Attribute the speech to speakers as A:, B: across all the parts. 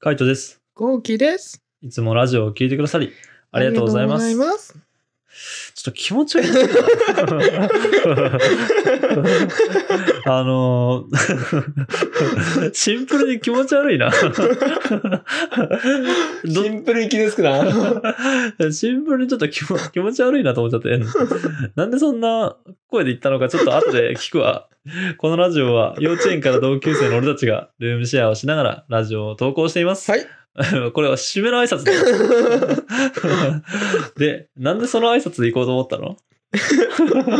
A: カイトです。
B: ゴーキです。
A: いつもラジオを聞いてくださり、ありがとうございます。
B: ありがとうございます。
A: ちょっと気持ち悪いな。あのー シンプルに気持ち悪い な。
B: シンプル行きですくな。
A: どシンプルにちょっと気も気持ち悪いなと思っちゃって。なんでそんな声で言ったのかちょっと後で聞くわ。このラジオは幼稚園から同級生の俺たちがルームシェアをしながらラジオを投稿しています。
B: はい
A: これは締めの挨拶だよ。 で、なんでその挨拶で行こうと思ったの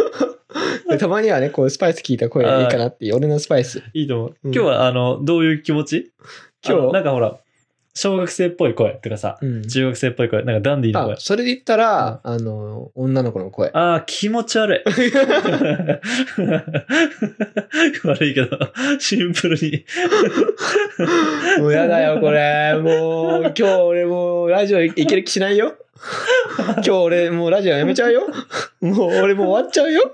B: たまにはね、こうスパイス聞いた声がいいかなっていう、俺のスパイス。
A: いいと思う。
B: う
A: 今
B: ん
A: 日は、あの、どういう気持ち
B: 今日
A: あのなんかほら、小学生っぽい声とかさ、
B: うん。
A: 中学生っぽい声、なんかダンディーな
B: あ
A: 声、。
B: それで言ったら、あの、女の子の声。
A: ああー、気持ち悪い。 悪いけど、シンプルに。
B: もうやだよ、これ。もう、今日俺もうラジオ行ける気しない よ。今日俺もうラジオやめちゃうよ。もう俺もう終わっちゃうよ。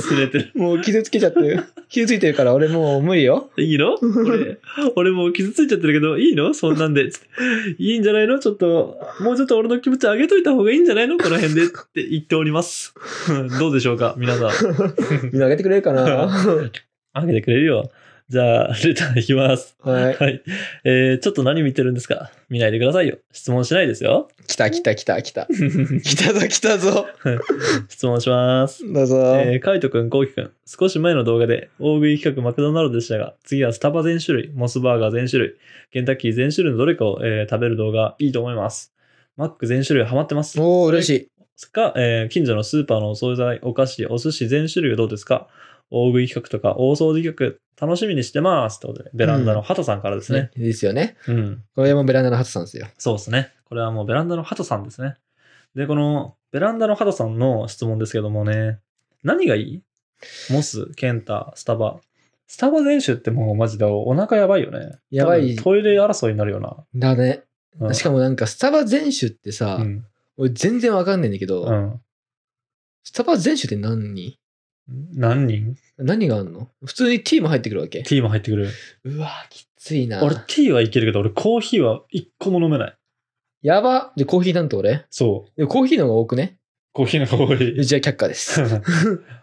A: すれてる。
B: もう傷つけちゃってる。傷ついてるから俺もう無理よ。
A: いいの俺、俺もう傷ついちゃってるけど、いいのそんなんで。つっていいんじゃないのちょっと、もうちょっと俺の気持ち上げといた方がいいんじゃないのこの辺でって言っております。 どうでしょうか皆さん。
B: みんなあげてくれるかな
A: あげてくれるよ。じゃあ、 レターいきます。
B: はい。
A: はい。えー、ちょっと何見てるんですか見ないでくださいよ。質問しないですよ。
B: 来た来た来た来 た。来たぞ来たぞ。
A: 質問します。
B: どうぞ。
A: えー、カイトくん、コウキくん、少し前の動画で大食い企画マクドナルドでしたが、次はスタバ全種類、モスバーガー全種類、ケンタッキー全種類のどれかを、えー食べる動画いいと思います。マック全種類ハマってます。
B: おお嬉しい。
A: か、えー近所のスーパーのお惣菜、お菓子、お寿司全種類はどうですか大食い企画とか大掃除企画楽しみにしてます。ということで、ベランダのハトさんからですね。
B: いいですよね。
A: うん。
B: これもベランダのハトさんですよ。
A: そうですね。これはもうベランダのハトさんですね。で、このベランダのハトさんの質問ですけどもね、何がいいモス、ケンタ、スタバ。スタバ全種ってもうマジでお腹やばいよね。
B: やば
A: 多
B: い
A: 分トイレ争いになるよな。
B: だね。
A: うん
B: しかもなんかスタバ全種ってさ、
A: うん。
B: 俺全然わかんないんだけど、
A: うん。
B: スタバ全種って何
A: 何人
B: 何があんの普通にティーも入ってくるわけ
A: ?T も入ってくる。
B: うわきついな。
A: 俺 T はいけるけど、俺コーヒーは一個も飲めない。
B: やば。で、コーヒーなんと俺
A: そう。
B: でもコーヒーの方が多くね。
A: コーヒーの香り。
B: じゃあ却下 です。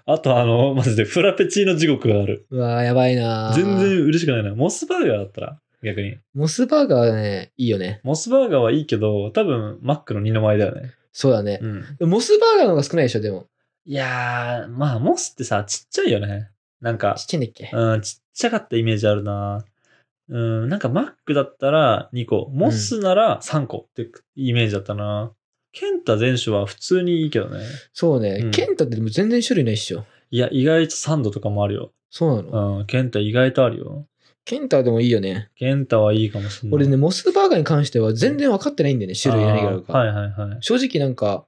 A: あと、あの、マジでフラペチーノ地獄がある。
B: うわやばいな。
A: 全然。嬉しくないな。モスバーガーだったら、逆に。
B: モスバーガーはね、いいよね。
A: モスバーガーはいいけど、多分、マックの二の前だよね。
B: そうだね。
A: うん。
B: モスバーガーの方が少ないでしょ、でも。
A: いやー、まあ、モスってさ、ちっちゃいよね。なんか
B: ちっ、ちゃいんだっけ、
A: うん、ちっちゃかったイメージあるな。うん、なんかマックだったら2個、モスなら3個ってイメージだったな。ケンタ全種は普通にいいけどね。
B: そうね。
A: うん
B: ケンタってでも全然種類ないっしょ。
A: いや、意外とサンドとかもあるよ。
B: そうなの、
A: うん、ケンタ意外とあるよ。
B: ケンタでもいいよね。
A: ケンタはいいかもしれない。
B: 俺ね、モスバーガーに関しては全然分かってないんだよね、種類何があるか。
A: あーはいはいはい。
B: 正直なんか、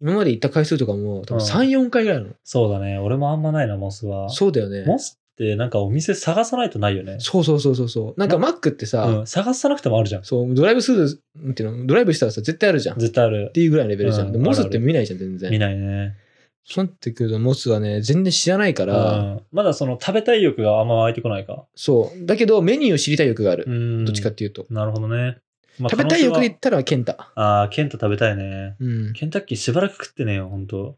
B: 今まで行った回数とかも多分3、4回ぐらいなの。
A: そうだね。俺もあんまないな、モスは。
B: そうだよね。
A: モスってなんかお店探さないとないよね。
B: そうそうそうそうそう。なんかマックってさ、
A: うん、探さなくてもあるじゃん。
B: そう、ドライブする、なんていうの、ドライブしたらさ、絶対あるじゃん。っ
A: 絶対ある。
B: ていうぐらいのレベルじゃ。
A: うんん
B: でモス
A: あ
B: っ
A: るあ
B: て
A: る
B: 見ないじゃん、全然。
A: 見ないね。
B: そうなってくると、モスはね、全然知らないか
A: う
B: ら、
A: ん、まだその食べたい欲があんま湧いてこないか。
B: そう。だけど、メニューを知りたい欲がある。
A: うん。
B: どっちかっていうと。
A: なるほどね。まあ
B: 食べたい欲で言っ
A: 可
B: たら、ケンタ。
A: 能性はああ、ケンタ食べたいね。
B: うん。
A: ケンタッキーしばらく食ってねえよ、ほんと。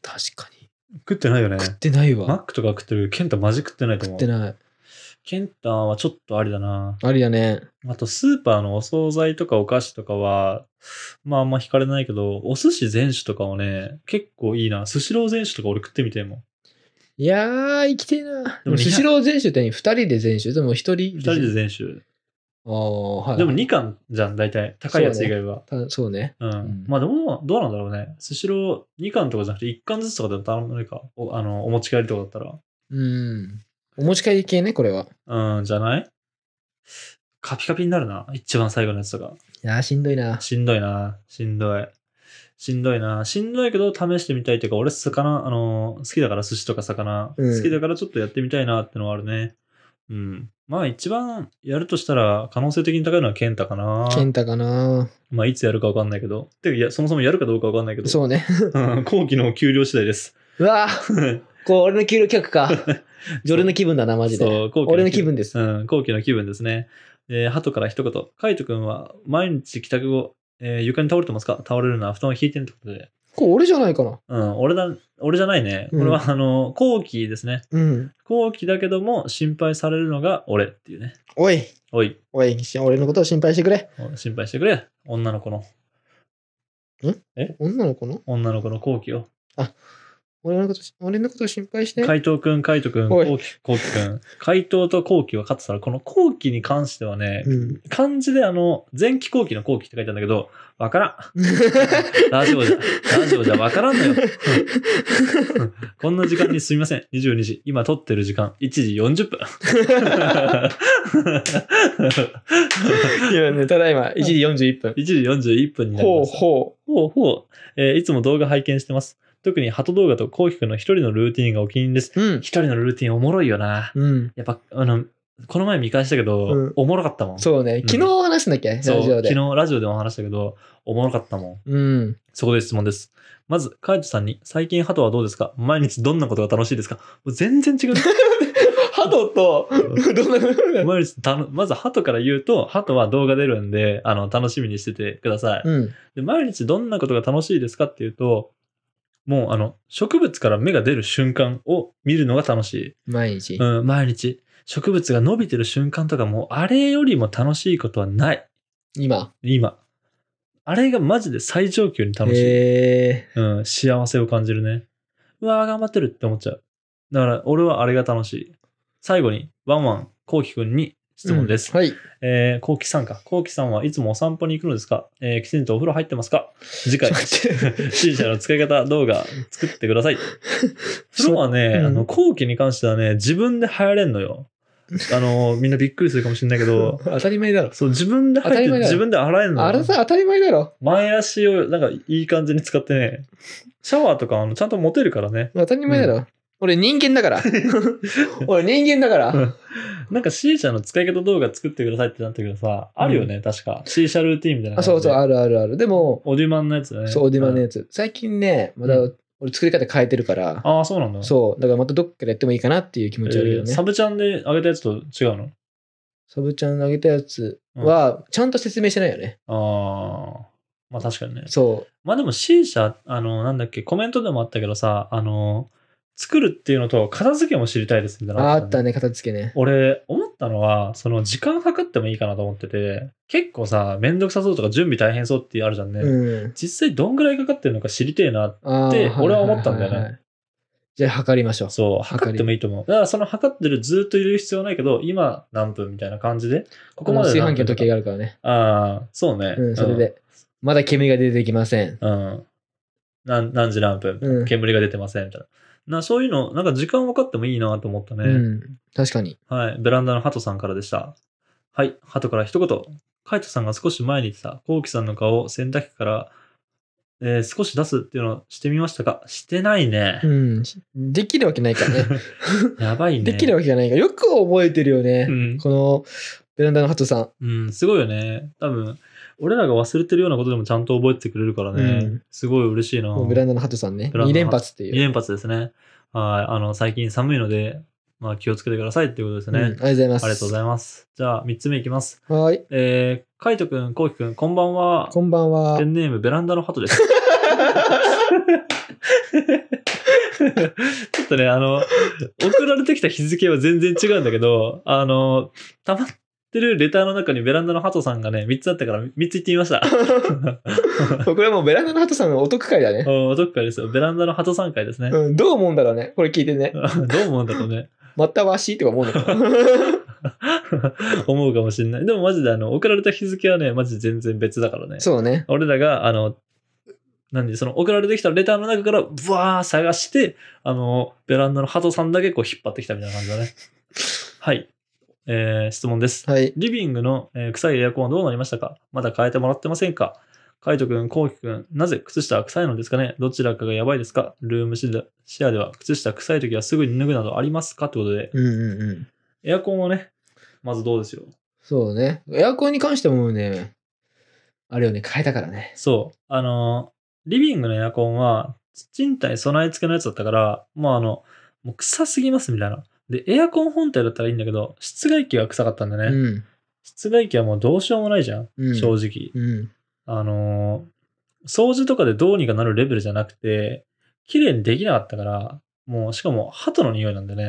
B: 確かに。
A: 食ってないよね。
B: 食ってない
A: マッ
B: わ。
A: クとか食ってるけど、ケンタマジ食ってないと
B: 食
A: 思
B: っ
A: う。
B: てない。
A: ケンタはちょっとありだな。
B: あれだね。
A: あと、スーパーのお惣菜とかお菓子とかは、まああんま惹かれないけど、お寿司全種とかはね、結構いいな。スシロー全種とか俺食ってみてえもん。
B: いやー、生きてえな。
A: でも
B: スシロー全種って2人で全種でも1人
A: 二人で全種。
B: ああ、はい。
A: でも2貫じゃん、大体。高いやつ以外は。
B: たそうね。
A: うん、
B: ん
A: まあでも、どうなんだろうね。スシロー2貫とかじゃなくて1貫ずつとかでも頼むか。おあのお持ち帰りとかだったら。
B: うん。お持ち帰り系ね、これは。
A: うん、じゃないカピカピになるな。一番最後のやつとか。
B: いやー、しんどいな。
A: しんどいな。しんどい。しんどいな。しんどいけど試してみたいというか、俺魚、あのー好きだから寿司とか魚、
B: うん
A: 好きだからちょっとやってみたいなってのはあるね。うん。まあ一番やるとしたら可能性的に高いのはケンタかな。
B: ケンタかな。
A: まあいつやるかわかんないけど。てかいや、そもそもやるかどうかわかんないけど。
B: そうね。
A: うん後期の給料次第です。
B: う わーこう、俺の給料客か。俺の気分だな、マジで。
A: そう後期
B: 俺の気分です。
A: うん、後期の気分ですね。えー、鳩から一言。カイト君は毎日帰宅後、えー床に倒れてますか倒れるのは布団を引いてるってことで。
B: これ俺じゃないかな。
A: うん、俺だ、俺じゃないね。こ
B: うん
A: れは、あの、後期ですね。
B: うん。
A: 後期だけども、心配されるのが俺っていうね。
B: おい、
A: おい、
B: おい、し俺のことを心配してくれ。
A: 心配してくれ。女の子の、
B: 女の子の
A: 女の子の後期を。
B: 俺のことし、俺のことを心配して。
A: 海藤くん、海藤くん、
B: おい
A: 後期、後期くん。海藤と後期は勝ってたら、この後期に関してはね、
B: うん。
A: 漢字であの、前期後期の後期って書いてあるん だけど、わからん。ラジオじゃ、ラジオじゃわからんのよ。 こんな時間にすみません。22時。今撮ってる時間、1時40分。
B: いやね、ただいま、1時41分。
A: 1時41分になり
B: ほう
A: ました。
B: ほ
A: ほうほう。えーいつも動画拝見してます。特に鳩動画とコウキくんの一人のルーティンがお気に入りです。
B: う。うん
A: 一。人のルーティンおもろいよな。
B: うん。
A: やっぱ、あの、この前見返したけど、
B: うん
A: おもろかったもん。
B: そうね、昨日話したんだっけ、
A: そう
B: ラジオで。
A: 昨日ラジオでも話したけど、おもろかったもん。
B: うん。
A: そこで質問です。まず、カイトさんに、最近ハトはどうですか毎日どんなことが楽しいですかもう全然違う。
B: ハトと、 どんな風な
A: 毎日たのまず、ハトから言うと、ハトは動画出るんで、あの、楽しみにしててください。
B: うん。
A: で毎日どんなことが楽しいですかっていうと、もう、あの、植物から芽が出る瞬間を見るのが楽しい。
B: 毎日。
A: うん、毎日。植物が伸びてる瞬間とかもう、あれよりも楽しいことはない。
B: 今。
A: 今。あれがマジで最上級に楽しい。
B: え
A: うん、幸せを感じるね。うわー、頑張ってるって思っちゃう。だから、俺はあれが楽しい。最後に、ワンワン、コウキくんに質問です。
B: はい。
A: えー、コウキさんか。コウキさんはいつもお散歩に行くのですかえー、きちんとお風呂入ってますか次 回、
B: ちょっと待って
A: シーシャの使い方動画作ってください。風呂はね、
B: うん、
A: あの、コウキに関してはね、自分で入れんのよ。あの、みんなびっくりするかもしれないけど
B: 当たり前だろ。
A: そう、自分で入
B: 当
A: っ
B: たり
A: て
B: 前だよ
A: 自分で洗えんのよ
B: あれさ、当たり前だろ。
A: 前足をなんかいい感じに使ってね、シャワーとかあのちゃんと持てるからね。
B: 当たり前だろ。俺人間 だから。俺人間だから。
A: なんか C 社の使い方動画作ってくださいってなったけどさ、あるよね、確か。C 社ルーティンみたいな感
B: あ、
A: じで。
B: そうそう、あるあるある。でも、
A: オデュマンのやつだね。
B: そう、オディマンの
A: やつ。
B: やつ。最近ね、まだ
A: う
B: 俺作り方変えてるから、
A: ああ、そうなんだ。
B: そう、だからまたどっかでやってもいいかなっていう気持ちあるよ
A: えー
B: ね
A: サ。ブチャンで上げたやつと違うの
B: サブちゃんのあげたやつは、ちゃんと説明してないよね。
A: ああ。まあ確かにね。
B: そ。
A: まあでも C 社、あの、なんだっけ、コメントでもあったけどさ、あの、作るっていうのと片付けも知りたいですみたいうなの
B: ああ
A: よ
B: ったね、片付けね。
A: 俺、思ったのは、その時間計ってもいいかなと思ってて、結構さ、めんどくさそうとか準備大変そうってあるじゃんね。
B: うん。
A: 実際どんぐらいかかってるのか知りてえな。
B: あ
A: って
B: ー
A: 俺は思ったんだよね。
B: はいはいはいじゃあ、測りましょう。
A: そう、
B: 測り
A: 測ってもいいと思う。だからその測ってるずっといる必要はないけど、今何分みたいな感じで、ここまで
B: 炊
A: 何
B: 飯器
A: 分
B: の
A: と
B: 時
A: か
B: 計があるからね。
A: ああ、そうね。
B: うん、それで。まだ煙が出てきません。
A: うん。うん。何何時何分、
B: うん
A: 煙が出てませんみたいな。なそういうの、なんか時間分かってもいいなと思ったね。
B: うん。確かに。
A: はい、ベランダのハトさんからでした。はい、ハトから一言。カイトさんが少し前に言ってた、コウキさんの顔を洗濯機から、えー少し出すっていうのをしてみましたかしてないね
B: う。ん。できるわけない からね。
A: やばいね。
B: できるわけがないから。よく覚えてるよね。
A: うん
B: このベランダのハトさん。
A: うん、すごいよね。多分、俺らが忘れてるようなことでもちゃんと覚えてくれるからね。
B: うん
A: すごい嬉しいな。
B: ベランダのハトさんね。
A: ベランダの
B: 2連発っていう。
A: 2連発ですね。はい、あの、最近寒いので、まあ気をつけてくださいっていうことですね。
B: うんありがとうございます。
A: ありがとうご
B: い
A: ざいます。じゃあ、3つ目いきます。
B: ます。はーい。
A: えー、カイトくん、コウキくん、こんばんは。
B: こんばんは
A: ペ。ンネームベランダのハ トです。ちょっとね、あの、送られてきた日付は全然違うんだけど、あの、溜まってるレターの中にベランダのハトさんがね、3つあったから3つ言ってみま した。
B: これはもうベランダのハトさんのお得会だ ね。
A: おどっかですよ。ベランダのハトさん会ですね。
B: うん、どう思うんだろうね。これ聞いてね。
A: どう思うんだろうね。
B: またわしとか思うのかな。
A: 思うかもしれない。でもマジであの、送られた日付はね、マジ全然別だからね。
B: そうね。
A: 俺らが、あの、何その送られてきたレターの中から、ブワー探して、あの、ベランダのハトさんだけこう引っ張ってきたみたいな感じだね。はい。えー質問です。
B: はい。
A: リビングの、えー臭いエアコンはどうなりましたかまだ変えてもらってませんかカイト君、コウキ君、なぜ靴下は臭いのですかねどちらかがやばいですかルームシェアシェアでは靴下臭い時はすぐに脱ぐなどありますかってことで、
B: うんうんうん。
A: エアコンはね、まずどうですよ。
B: そうね。エアコンに関してもね、あれよね、変えたからね。
A: そう。あのー、リビングのエアコンは、賃貸備え付けのやつだったから、もうあの、もう臭すぎますみたいな。で、エアコン本体だったらいいんだけど、室外機が臭かったんだね。
B: うん。
A: 室外機はもうどうしようもないじゃん、
B: うん
A: 正直。
B: うん。
A: あのー掃除とかでどうにかなるレベルじゃなくて、綺麗にできなかったから、もう、しかも、鳩の匂いなんでね。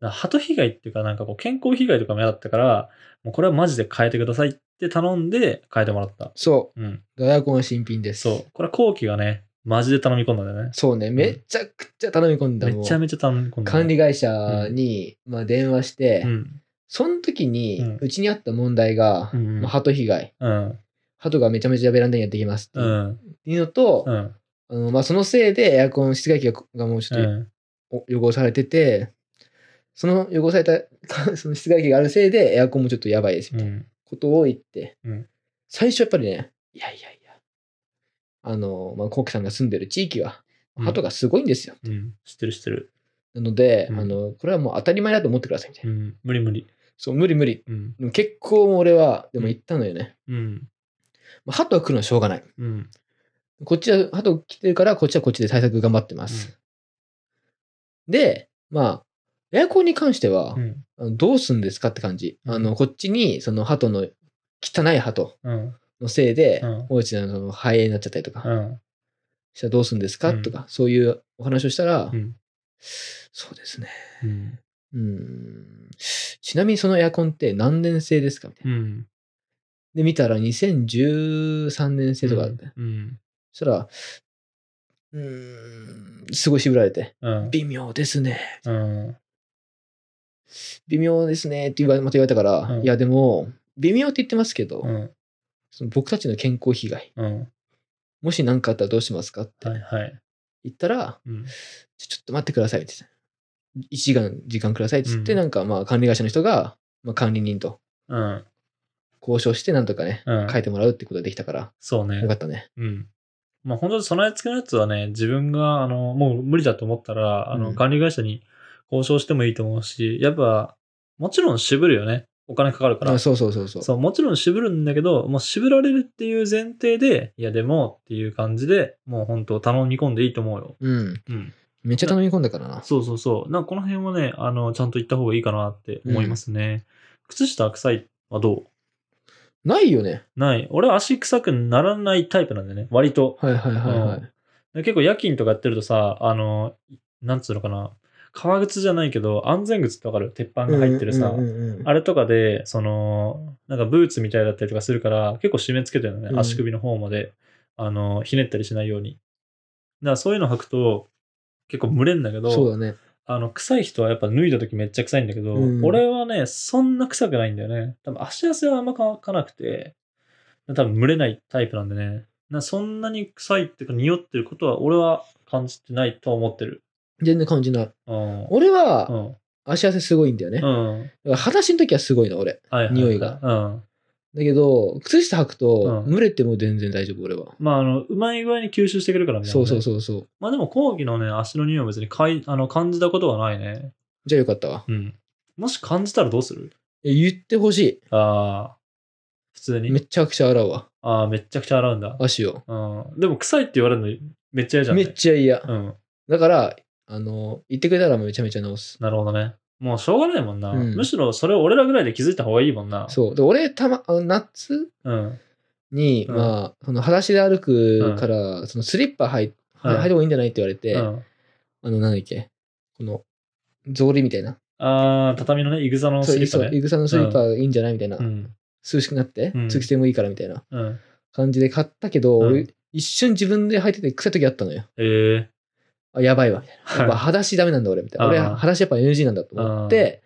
A: だから鳩被害っていうか、なんかこう、健康被害とかも嫌だったから、もうこれはマジで変えてくださいって頼んで、変えてもらった。
B: そ
A: うん。
B: う。ドラコン新品です。
A: そう。。これは後期がね、マジで頼み込んだんだよね。
B: そうね。めちゃくちゃ頼み込んだもん。
A: めちゃめちゃ頼み込んだ。
B: 管理会社に、まあ、電話して、
A: うん。
B: その時に、
A: うん
B: うちにあった問題が、
A: うんうん
B: まあ、鳩被害。
A: うん。
B: 鳩がめちゃめちゃベランダにやってきますって
A: う
B: い
A: ん。
B: う,、のと、
A: うん。
B: あのまあ、そのせいでエアコン、室外機ががもうちょっと
A: うん。
B: お汚されてて、その汚された その室外機があるせいでエアコンもちょっとやばいですみ
A: う。
B: たいなんことを言って、
A: うん
B: 最初やっぱりねいやいやいやあの、まあ、コウキさんが住んでる地域は
A: うん
B: 鳩がすごいんですよ、
A: うん。知ってる知ってる。
B: なので、
A: うん
B: あのこれはもう当たり前だと思ってくださいみたいうな、
A: ん。無理無理。
B: そう無理無理
A: うん。
B: でも結構もう俺はでも
A: うん
B: 言ったのよね、
A: うん。
B: まあ、鳩が来るのはしょうがない
A: うん。
B: こっちは鳩来てるからこっちはこっちで対策頑張ってます、でまあエアコンに関しては、
A: うん。
B: あのどうすんですかって感じ。
A: うん
B: あの、こっちに、その鳩の、汚い鳩
A: うん。
B: のせいで
A: うん、
B: 大内のその肺炎になっちゃったりと
A: う
B: か、
A: ん。
B: したらどうすんですか、
A: うん
B: とか、そういうお話をしたら、
A: うん。
B: そうですね。
A: うん。
B: うーん。ちなみにそのエアコンって何年製ですかみたいな。
A: うん。
B: で、見たら2013年製とかだったよ。
A: うん。
B: そしたら、うーん、すごい渋られて、
A: うん。
B: 微妙ですね。
A: うん。
B: 微妙ですね。って言われまた言われたから、
A: うん
B: いや、でも、微妙って言ってますけど、
A: うん。
B: その僕たちの健康被害、
A: うん。
B: もし何かあったらどうしますかって
A: はいはい。
B: 言ったら、
A: うん。
B: ちょちょっと待ってくださいって言って、1時間、時間くださいって言って、
A: うん
B: なんかまあ管理会社の人が、まあ、管理人と
A: うん。
B: 交渉して、なんとかね、
A: うん
B: 書いてもらうってことができたから、
A: そうね
B: よか。ったね。
A: うん。まあ本当に備え付けのやつはね、自分が、あの、もう無理だと思ったら、あ
B: う
A: の、
B: ん
A: 管理会社に交渉してもいいと思うし、やっぱ、もちろん渋るよね。お金かかるから
B: あ。そうそうそうそう。
A: そう、もちろん渋るんだけど、もう渋られるっていう前提で、いやでもっていう感じで、もう本当頼み込んでいいと思うよ。
B: うん。
A: うん。
B: めっちゃ頼み込んだからな。
A: そうそうそう。なんかこの辺はね、あの、ちゃんと行った方がいいかなって思いますね。靴下臭いはど
B: ないよね。
A: うない。俺は足臭くならないタイプなんでね、割と。
B: はいはいはいは
A: う
B: い。
A: で結構夜勤とかやってるとさ、あの、なんつうのかな。革靴じゃないけど、安全靴ってわかる鉄板が入ってるさ。
B: うんうんうんうん
A: あれとかで、その、なんかブーツみたいだったりとかするから、結構締め付けてるのね、
B: うん
A: 足首の方まで、あの、ひねったりしないように。だからそういうの履くと、結構蒸れんだけ
B: そう
A: ど、
B: だね。
A: あの、臭い人はやっぱ脱いだ時めっちゃ臭いんだけど、
B: うん
A: 俺はね、そんな臭くないんだよね。多分足汗はあんま乾かなくて、多分蒸れないタイプなんでね。なそんなに臭いっていうか、匂ってることは俺は感じてないと思ってる。
B: 全然感じない。
A: うん。
B: 俺
A: う
B: は、
A: ん。
B: 足汗すごいんだよね。
A: う
B: だか
A: ん。
B: ら裸足の時はすごいの、俺。
A: はいはい、はい。
B: 匂いが
A: うん。
B: だけど、靴下履くと、
A: うん
B: 蒸れても全然大丈夫、俺は。
A: まあ、あの、うまい具合に吸収してくるからみたいな
B: そ
A: ね、
B: うそうそうそう。
A: まあでも、後期のね、足の匂いは別にかいあの感じたことはないね。
B: じゃあよかったわ。
A: うん。もし感じたらどうする
B: え言ってほし
A: ああ、普通
B: い。め
A: に。
B: ちゃくちゃ洗うわ。
A: ああ、めっちゃくちゃ洗うんだ。
B: 足を。
A: うん。でも、臭いって言われるのめっちゃ嫌じゃん、
B: め
A: ね。
B: っちゃ嫌。
A: うん。
B: だから、あの、言ってくれたらめちゃめちゃ直す。
A: なるほどね。もうしょうがないもんな。
B: うん
A: むしろそれを俺らぐらいで気づいた方がいいもんな。
B: そう。で、俺、たま、あの夏
A: う。ん。
B: に、
A: うん
B: まあ、その、裸足で歩くから、そのスリッパ履い、
A: うん
B: 履いた方がいいんじゃないって言われて、
A: うん、
B: あの、なんだっけ、この、草履みたいな。
A: ああ、畳のね、イグザの
B: そう
A: スリッパ
B: そう、
A: ね。
B: イグサのスリッパいいんじゃないみたいな。
A: うん。
B: 涼しくなって
A: う、ん
B: 通気性もいいからみたいな
A: うん。
B: 感じで買ったけど、
A: うん
B: 俺、一瞬自分で履いてて臭い時あったのよ。
A: ええ
B: あ、やばいわ、みたいな。やっぱ
A: は
B: 裸足ダメなんだ、俺、みたいな。俺、
A: あー
B: 裸足やっぱ NG なんだと思って、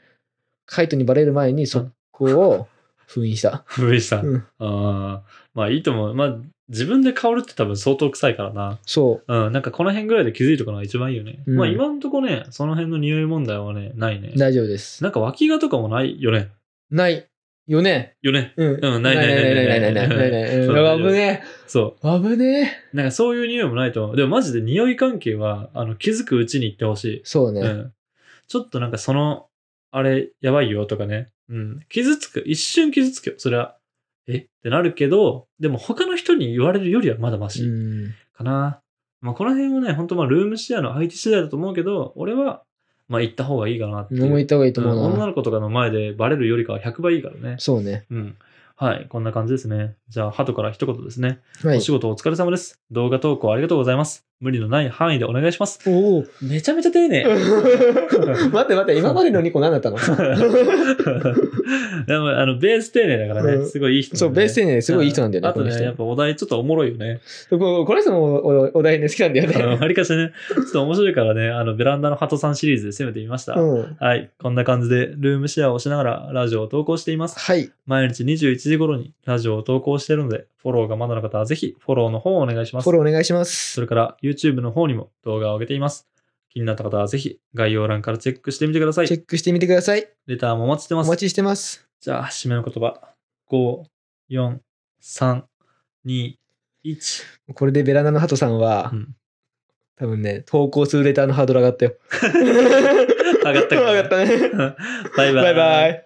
B: カイトにバレる前に速攻を封印した。
A: い。古いさん。
B: うん
A: ああ。まあいいと思う。まあ、自分で香るって多分相当臭いからな。
B: そう。
A: うん、なんかこの辺ぐらいで気づいとくのが一番いいよね。
B: うん
A: まあ今んとこね、その辺の匂い問題はね、ないね。
B: 大丈夫です。
A: なんか脇がとかもないよね。
B: ないよね。
A: よね。
B: うん
A: うんないないないないない
B: ないないない
A: そう
B: うん危ね
A: そ
B: え。危ねえ。
A: う。なんかそういう匂いもないと思う。でもマジで匂い関係は、あの、気づくうちに行ってほし
B: そう
A: い。
B: ね。
A: うん。ちょっとなんかその、あれ、やばいよとかね。うん。傷つく。一瞬傷つくよ。それは。えってなるけど、でも他の人に言われるよりはまだマシ。
B: うん
A: かな。まあ、この辺はね、本当まあ、ルームシェアの相手次第だと思うけど、俺は、まあ行った方がいいかなってい
B: 飲み行っ
A: う。
B: た方がいいと
A: うん
B: 思う
A: 女
B: な。
A: の子とかの前でバレるよりかは100倍いいからね。
B: そうね。
A: うん。はい、こんな感じですね。じゃあ、ハトから一言ですね。
B: はい
A: お。仕事お疲れ様です。動画投稿ありがとうございます。無理のない範囲でお願いします。
B: おお。
A: めちゃめちゃ丁寧。
B: 待って待って、今までの2個何だったの
A: でもあのベース丁寧だから
B: う
A: ね、
B: ん
A: すごいいい人、ね。
B: そう、ベース丁寧ですごいいい人なんだよね、
A: あと
B: この
A: ね、
B: 人
A: やっぱお題ちょっとおもろいよ ね。
B: ここの人もおおお題ね、好きなんだよ
A: あの
B: ね。
A: わりかしね、ちょっと面白いからね、あのベランダのハトさんシリーズで攻めてみました。
B: うん。
A: はい、こんな感じでルームシェアをしながらラジオを投稿しています。
B: はい。
A: 毎日21時頃にラジオを投稿しているので、フォローがまだの方はぜひフォローの方をお願いします
B: フォ。ローお願いしま
A: そ
B: す。
A: れから YouTube の方にも動画を上げています。気になった方はぜひ概要欄からチェックしてみてくださ
B: チェ
A: い。
B: ックしてみてください。
A: レターもお待ちしてま
B: お
A: す
B: 待。ちしてます。
A: じゃあ、締めの言葉。5、4、3、2、1。
B: これでベラナのハトさんは
A: う、ん
B: 多分ね、投稿す るレターのハードル上がったよ。
A: 上がったか
B: 上がったね。
A: バイバイ。
B: バイバイ。